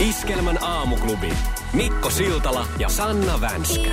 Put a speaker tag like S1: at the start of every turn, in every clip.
S1: Iskelmän aamuklubi. Mikko Siltala ja Sanna Vänskä.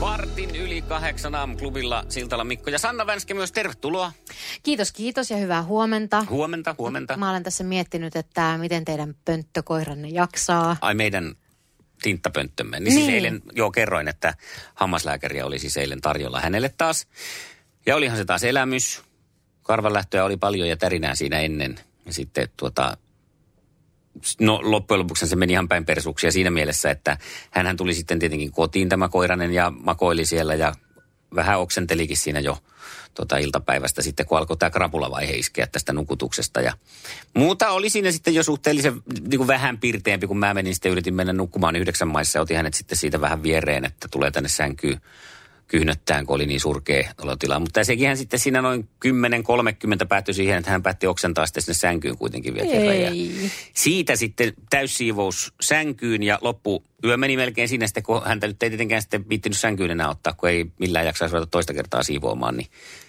S2: Vartin yli kahdeksan aamuklubilla Siltala Mikko ja Sanna Vänskä myös tervetuloa.
S3: Kiitos, kiitos ja hyvää huomenta.
S2: Huomenta, huomenta.
S3: Mä olen tässä miettinyt, että miten teidän pönttökoiranne jaksaa.
S2: Ai meidän tinttapönttömme. Niin, niin siis
S3: Niin.
S2: eilen, joo kerroin, että hammaslääkäriä oli siis eilen tarjolla hänelle taas. Ja olihan se taas elämys. Karvanlähtöä oli paljon ja tärinää siinä ennen. Ja sitten tuota, no loppujen lopuksi se meni ihan päin persuksia siinä mielessä, että hänhän tuli sitten tietenkin kotiin tämä koiranen ja makoili siellä ja vähän oksentelikin siinä jo tuota iltapäivästä sitten, kun alkoi tämä krapulavaihe iskeä tästä nukutuksesta. Ja muuta oli siinä sitten jo suhteellisen niin kuin vähän pirteempi, kun mä menin sitten yritin mennä nukkumaan yhdeksän maissa ja otin hänet sitten siitä vähän viereen, että tulee tänne sänkyyn kyhnöttään, kun oli niin surkea olotila. Mutta sekin hän sitten siinä noin 10.30 päättyi siihen, että hän päätti oksentaa sitten sinne sänkyyn kuitenkin vielä kerran. Ja
S3: Ei.
S2: siitä sitten täyssiivous sänkyyn ja loppu yö meni melkein siinä sitten, kun häntä nyt ei tietenkään sitten viittinyt sänkyyn enää ottaa, kun ei millään jaksaisi ruveta toista kertaa siivoamaan, niin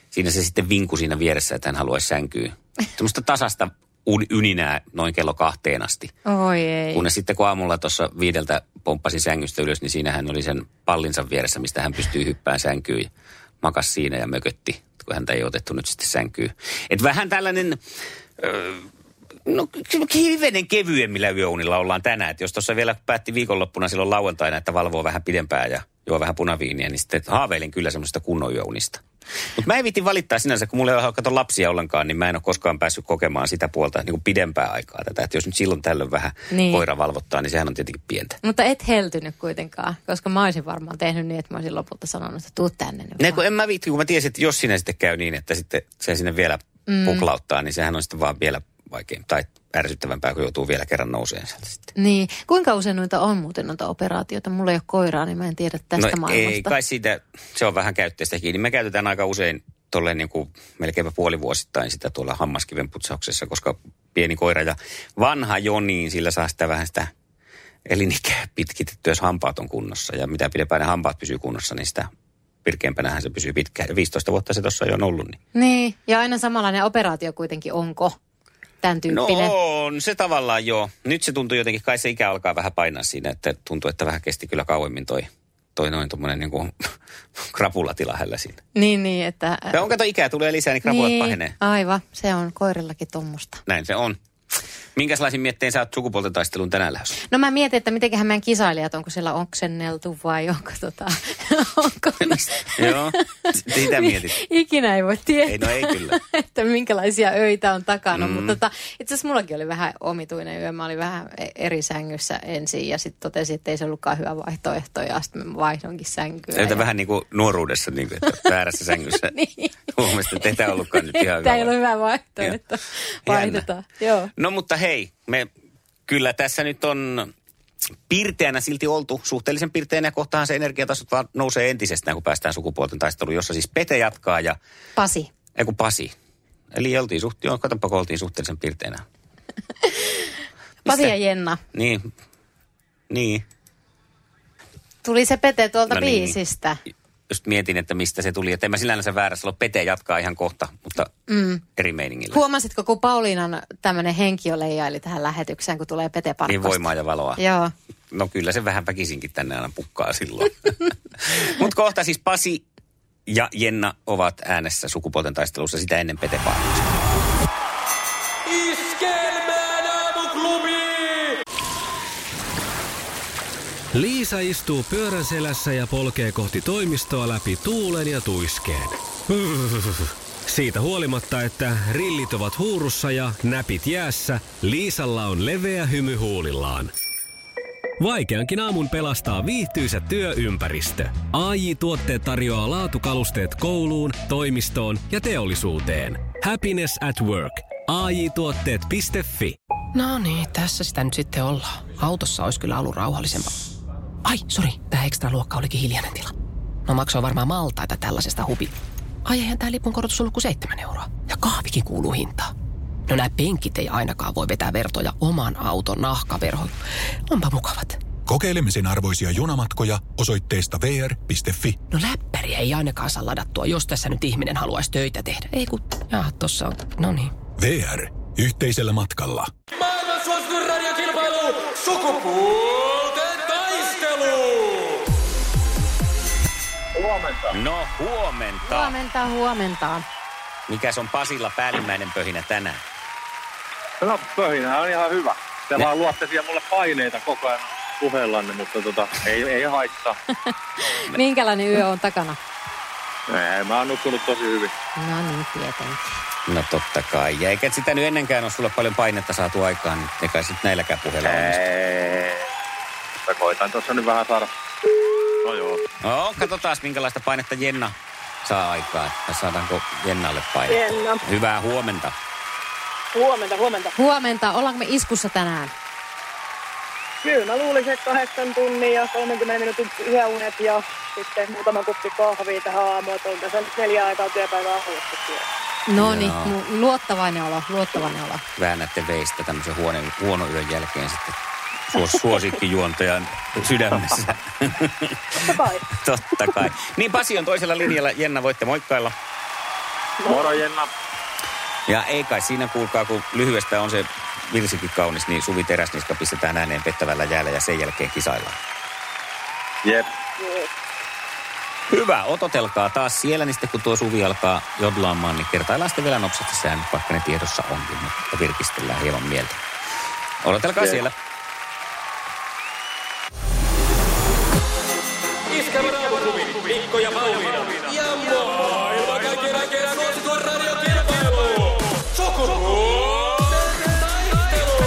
S2: siinä se sitten vinku siinä vieressä, että hän haluaisi sänkyyn. Semmoista tasasta un- yninää noin kello kahteen asti.
S3: Oi ei.
S2: Kunnes sitten kun aamulla tuossa viideltä pomppasin sängystä ylös, niin siinä hän oli sen pallinsa vieressä, mistä hän pystyy hyppään sänkyyn. ja Makas siinä ja mökötti, kun häntä ei otettu nyt sitten sänkyyn. Et vähän tällainen, öö, no k- hivenen kevyemmillä yöunilla ollaan tänään. Et jos tuossa vielä päätti viikonloppuna silloin lauantaina, että valvoo vähän pidempään ja juo vähän punaviiniä, niin sitten haaveilin kyllä semmoista kunnon yöunista. Mutta mä en viitin valittaa sinänsä, kun mulla ei ole kato lapsia ollenkaan, niin mä en ole koskaan päässyt kokemaan sitä puolta niin kuin pidempää aikaa tätä. Että jos nyt silloin tällöin vähän niin.
S3: Niin.
S2: koira valvottaa, niin sehän on tietenkin pientä.
S3: Mutta et heltynyt kuitenkaan, koska mä olisin varmaan tehnyt niin, että mä olisin lopulta sanonut, että tuu tänne nyt.
S2: Ne,
S3: vaan.
S2: kun en mä viitti, kun mä tiesin, että jos sinä sitten käy niin, että sitten se sinne vielä mm. puklauttaa, niin sehän on sitten vaan vielä vaikeampi tai ärsyttävämpää, kun joutuu vielä kerran nouseen sieltä sitten.
S3: Niin, kuinka usein noita on muuten noita operaatioita? Mulla ei ole koiraa, niin mä en tiedä tästä
S2: no,
S3: maailmasta.
S2: ei kai siitä, se on vähän käyttäjistä kiinni. Me käytetään aika usein tuolle niin kuin melkeinpä puolivuosittain sitä tuolla hammaskiven putsauksessa, koska pieni koira ja vanha jo, niin sillä saa sitä vähän sitä elinikää pitkitettyä, jos hampaat on kunnossa. Ja mitä pidempään ne hampaat pysyy kunnossa, niin sitä pirkeämpänähän se pysyy pitkään. Ja 15 vuotta se tuossa jo on ollut, niin
S3: Niin, ja aina samanlainen operaatio kuitenkin onko tämän tyyppinen.
S2: No on se tavallaan joo. Nyt se tuntuu jotenkin, kai se ikä alkaa vähän painaa siinä, että tuntuu, että vähän kesti kyllä kauemmin toi, toi noin tuommoinen niin kuin krapulatila hänellä siinä.
S3: Niin, niin, että...
S2: Ja on kato ikää tulee lisää, niin krapulat niin. pahenee.
S3: aivan, se on koirillakin tuommoista.
S2: Näin se on. Minkälaisin miettein sä oot sukupuolten taisteluun tänään lähdössä?
S3: No mä mietin, että mitenköhän meidän kisailijat, onko siellä oksenneltu vai onko tota, onko
S2: joo, sitä mietit.
S3: Ikinä ei voi tietää,
S2: Ei, no ei kyllä.
S3: että minkälaisia öitä on takana,
S2: Mm.
S3: mm. mutta tota, itse asiassa mullakin oli vähän omituinen yö. Mä olin vähän e- eri sängyssä ensin ja sitten totesin, että ei se ollutkaan hyvä vaihtoehto ja sitten mä vaihdoinkin sänkyä.
S2: Näytä
S3: ja-
S2: vähän niin kuin nuoruudessa, niin kuin, että väärässä sängyssä.
S3: Niin.
S2: Huomasit, että ei tää ollutkaan nyt ihan
S3: Tämä
S2: hyvä
S3: ei ole
S2: vaihtoehto.
S3: hyvä vaihtoehto. Vaihdetaan, joo.
S2: No mutta hei, me kyllä tässä nyt on pirteänä silti oltu, suhteellisen pirteänä ja kohtahan se energiatasot vaan nousee entisestään, kun päästään sukupuolten taisteluun, jossa siis Pete jatkaa ja,
S3: Pasi.
S2: ei kun Pasi. Eli oltiin suht, joo, katsonpa, kun oltiin suhteellisen pirteänä.
S3: Pasi
S2: Missä?
S3: ja Jenna.
S2: Niin, niin.
S3: Tuli se Pete tuolta
S2: No
S3: no
S2: niin.
S3: biisistä.
S2: Just mietin, että mistä se tuli, että en mä sinällänsä väärässä ole, Pete jatkaa ihan kohta, mutta mm. eri meiningillä.
S3: Huomasitko, kun Pauliinan tämmöinen henki leijaili tähän lähetykseen, kun tulee Pete Parkkosta?
S2: niin voimaa ja valoa.
S3: Joo.
S2: No kyllä se vähän väkisinkin tänne aina pukkaa silloin. Mutta kohta siis Pasi ja Jenna ovat äänessä sukupuolten taistelussa sitä ennen Pete Paavista.
S1: Iskelmän aamuklubi! Liisa istuu pyörän selässä ja polkee kohti toimistoa läpi tuulen ja tuiskeen. Siitä huolimatta, että rillit ovat huurussa ja näpit jäässä, Liisalla on leveä hymy huulillaan. Vaikeankin aamun pelastaa viihtyisä työympäristö. AJ Tuotteet tarjoaa laatukalusteet kouluun, toimistoon ja teollisuuteen. Happiness at work. AJ Tuotteet.fi
S4: No niin, tässä sitä nyt sitten ollaan. Autossa olisi kyllä ollut rauhallisempaa. Ai, sori, tämä ekstra luokka olikin hiljainen tila. No maksoi varmaan maltaita tällaisesta hubi. Ai eihän tämä lipun korotus ollut kuin seitsemän euroa. Ja kahvikin kuuluu hintaan. No nämä penkit ei ainakaan voi vetää vertoja oman auton nahkaverhoon. Onpa mukavat.
S5: Kokeilemisen arvoisia junamatkoja osoitteesta vr.fi.
S4: No läppäriä ei ainakaan saa ladattua, jos tässä nyt ihminen haluaisi töitä tehdä. Ei kun, jaa, tossa on, no niin.
S5: VR. Yhteisellä matkalla.
S6: Maailman suosituin radiokilpailu! Sukupuolten taistelu!
S2: No huomenta.
S3: Huomenta, huomenta.
S2: Mikäs on Pasilla päällimmäinen pöhinä tänään?
S7: No pöhinä on ihan hyvä. Te
S2: Ne-
S7: vaan luotte siellä mulle paineita koko ajan puhellanne, mutta tota, ei, ei haittaa.
S3: Minkälainen yö on takana?
S7: Ei, mä oon nukkunut tosi hyvin.
S3: No niin, tietenkin.
S2: No totta kai. Ja eikä et sitä nyt ennenkään ole sulle paljon painetta saatu aikaan, niin eikä sit näilläkään puheilla onnistu.
S7: Ei. Mutta koitan tuossa nyt vähän saada. No joo.
S2: No, katsotaan minkälaista painetta Jenna saa aikaan. Ja saadaanko Jennalle painetta?
S8: Jenna.
S2: Hyvää huomenta.
S8: Huomenta, huomenta.
S3: Huomenta, ollaanko me iskussa tänään?
S8: Kyllä mä luulisin, että kahdeksan tunnin ja 30 minuutin yöunet ja sitten muutama kuppi kahvia tähän aamuun. Että on tässä nyt neljä aikaa työpäivää alussa
S3: No niin,
S2: Joo.
S3: mu- luottavainen olo, luottavainen olo.
S2: Väännätte veistä tämmöisen huone, huonon yön jälkeen sitten suos, suosikkijuontajan sydämessä.
S8: Totta kai.
S2: totta kai. Niin Pasi on toisella linjalla. Jenna, voitte moikkailla.
S7: Moro Jenna.
S2: Ja ei kai siinä kuulkaa, kun lyhyestä on se virsikin kaunis, niin Suvi Teräsniska pistetään ääneen pettävällä jäällä ja sen jälkeen kisaillaan.
S7: Jep.
S8: Jees.
S2: Hyvä, ototelkaa taas siellä, niin sitten kun tuo Suvi alkaa jodlaamaan, niin kertaillaan sitten vielä nopsasti säännöt, vaikka ne tiedossa onkin, mutta virkistellään hieman mieltä. Odotelkaa
S7: Jee.
S2: siellä.
S6: Iskävä raamuklubi, Mikko ja Pauliina. Ja maailman kaikkien aikeen suosituin radiokilpailu! Sukupuolten taistelu!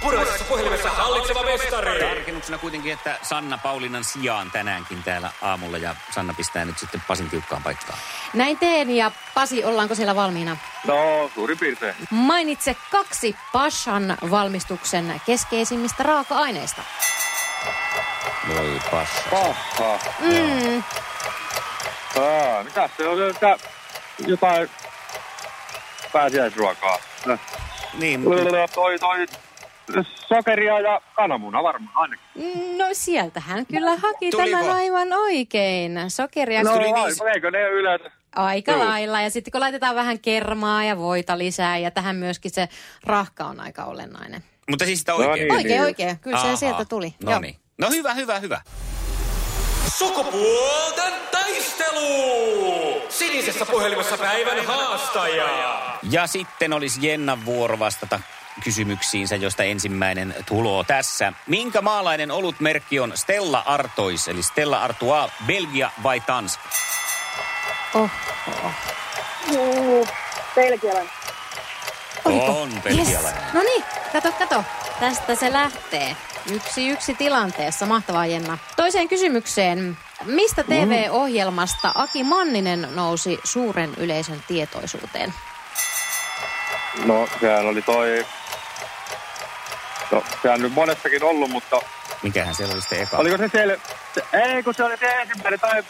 S6: Puraisessa puhelimessa hallitseva mestari!
S2: Tarkennuksena kuitenkin, että Sanna Paulinan sijaan tänäänkin täällä aamulla ja Sanna pistää nyt sitten Pasin tiukkaan paikkaan.
S3: Näin teen ja Pasi, ollaanko siellä valmiina?
S7: No, suurin piirtein.
S3: Mainitse kaksi Pashan valmistuksen keskeisimmistä raaka-aineista.
S2: Voi Passa.
S7: Paha.
S3: Mm,
S7: Aa, mitä se on? Sitä jotain pääsiäisruokaa. Äh,
S2: Niin,
S7: Toi, toi, sokeria ja kananmuna varmaan ainakin.
S3: no sieltähän kyllä haki
S2: Tuliko?
S3: tämän aivan oikein. Sokeria
S7: No,
S3: kyllä
S7: aivan, eikö ne yleensä?
S3: aika
S7: Joo.
S3: lailla. Ja sitten kun laitetaan vähän kermaa ja voita lisää ja tähän myöskin se rahka on aika olennainen.
S2: mutta siis sitä
S7: No
S2: oikein.
S7: Niin,
S3: Oikein,
S7: niin.
S3: oikein. Kyllä se
S2: Ahaa.
S3: sieltä tuli.
S2: No
S3: Joo.
S2: niin. No hyvä, hyvä, hyvä.
S6: Sukupuolten taistelu! Sinisessä puhelimessa päivän haastaja!
S2: Ja sitten olisi Jennan vuoro vastata kysymyksiinsä, josta ensimmäinen tulo tässä. Minkä maalainen olutmerkki on Stella Artois, eli Stella Artois, Belgia vai Tanska?
S3: Oh,
S8: Juu, Belgialainen.
S3: oliko?
S2: On belgialainen.
S3: Yes. No niin, kato, kato. Tästä se lähtee. Yksi yksi tilanteessa. Mahtavaa, Jenna. Toiseen kysymykseen. Mistä TV-ohjelmasta Aki Manninen nousi suuren yleisön tietoisuuteen?
S7: No, sehän oli toi... No, sehän nyt monessakin ollut, mutta...
S2: Mikähän siellä oli sitten eka?
S7: Oliko se siellä... se- Ei, kun se oli se ensimmäinen tai...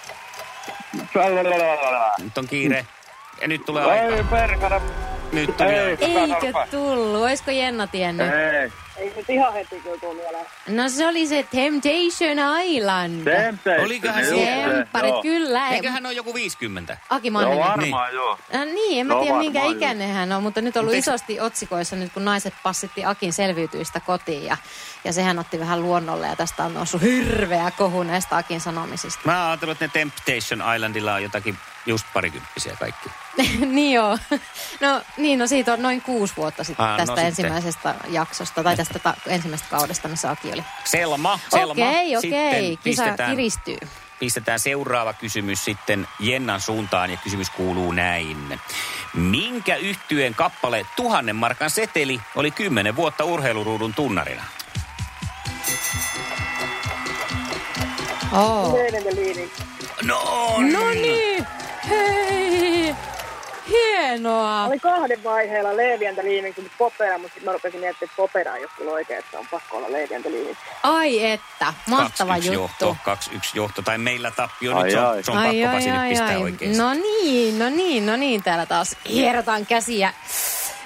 S2: Nyt on kiire. Ja nyt tulee aika.
S7: Ei, perkana.
S2: Nyt tuli
S7: Ei.
S2: aika.
S3: Eikö tullut? Olisiko Jenna tiennyt?
S7: Ei.
S8: Ei nyt ihan heti kyllä tuu mieleen.
S3: No se oli se Temptation Island.
S7: Temptation.
S2: Olikohan
S7: Just
S2: se?
S3: Tempparit,
S7: joo.
S3: kyllä.
S2: Eiköhän ole joku 50.
S3: Aki
S7: No
S3: Manninen.
S7: varmaan, joo.
S3: Äh, niin, en mä
S7: No
S3: tiedä minkä
S7: varmaan,
S3: ikäinen hän on, mutta nyt on ollut
S2: Mut eikö-
S3: isosti otsikoissa nyt, kun naiset passitti Akin selviytyistä kotiin ja, ja sehän otti vähän luonnolle ja tästä on noussut hirveä kohu näistä Akin sanomisista.
S2: Mä ajattelin, että ne Temptation Islandilla on jotakin just parikymppisiä kaikki.
S3: niin joo. No niin, no siitä on noin kuusi vuotta sitten
S2: Ah, no
S3: tästä
S2: sitten.
S3: ensimmäisestä jaksosta tai tästä ta- ensimmäisestä kaudesta, missä Aki oli.
S2: Selma, Selma.
S3: Okei, okei,
S2: Sitten
S3: kisa
S2: pistetään
S3: kiristyy.
S2: Pistetään seuraava kysymys sitten Jennan suuntaan ja kysymys kuuluu näin. Minkä yhtyeen kappale tuhannen markan seteli oli kymmenen vuotta urheiluruudun tunnarina?
S3: Oh. Oh.
S8: Yleinen ja liini.
S2: No,
S3: niin. No niin, hei, hienoa.
S8: Oli kahden vaiheella leivientäliimiksi, mutta popera, mutta sitten mä rupesin miettimään, että popera ei ole kyllä oikein, että on pakko olla leivientäliimiksi.
S3: Ai että,
S2: 2-1
S3: mahtava juttu.
S2: johto, 2-1 johto, tai meillä tappio,
S7: Ai
S2: nyt se on,
S7: ai.
S2: se on pakkopa sinne pistää oikein.
S3: No niin, no niin, no niin. Täällä taas hierotaan käsiä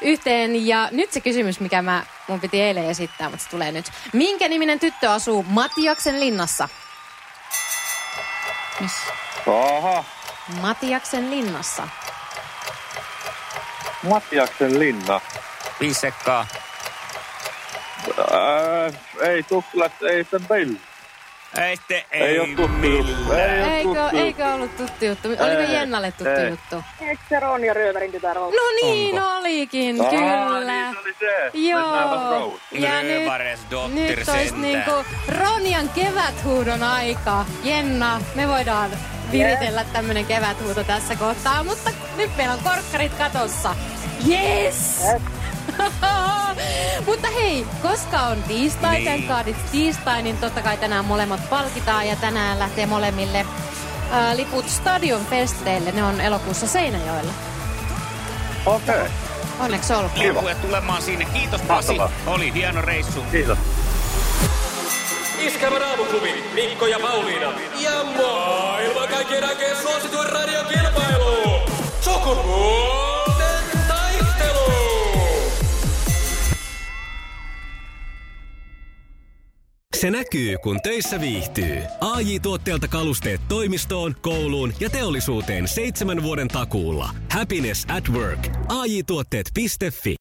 S3: yhteen. Ja nyt se kysymys, mikä mä, mun piti eilen esittää, mutta se tulee nyt. Minkä niminen tyttö asuu Matiaksen linnassa?
S7: Aha,
S3: Matiaksen linnassa.
S7: Matiaksen linna.
S2: Viisi sekkaa.
S7: Ää, ei tukkulat, ei sen peil.
S2: Ei, sitten, ei,
S7: Ei ole tuttu juttu.
S2: millään.
S7: Ei ole
S3: Eikö,
S7: tuttu juttu.
S3: eikö ollut tuttu juttu? Oliko
S7: Ei,
S3: Jennalle tuttu
S7: ei.
S3: juttu?
S8: Eikö se Ronja Ryövärin tytär ollut?
S3: No niin, olikin,
S7: Aa,
S3: kyllä.
S7: niin se oli se. Mennään
S3: Joo.
S7: road.
S2: Niin,
S3: Ja
S2: Rövares
S3: nyt,
S2: dotter
S3: nyt olisi
S2: sentään.
S3: niinku Ronjan keväthuudon aika. Jenna, me voidaan viritellä tämmönen keväthuuto tässä kohtaa, mutta nyt meillä on korkkarit katossa. Yes! Mutta hei, koska on tiistai,
S2: Niin.
S3: niin. kaadit tiistai, niin totta kai tänään molemmat palkitaan ja tänään lähtee molemmille ää, liput Stadion Festeille. Ne on elokuussa Seinäjoella.
S7: Okei, okay.
S3: Onneksi olkoon.
S2: Tervetuloa tulemaan sinne. Kiitos Pasi.
S7: Mahtavaa.
S2: Oli hieno reissu.
S7: kiitos.
S6: Iskävä raamuklubi, Mikko ja Pauliina. Ja maailman kaikkien aikeen suosituen radiokilpailu. Sukupuolten taistelu.
S1: Se näkyy, kun töissä viihtyy. ai tuotteelta kalusteet toimistoon, kouluun ja teollisuuteen seitsemän vuoden takuulla. Happiness at work. AJ-tuotteet.fi.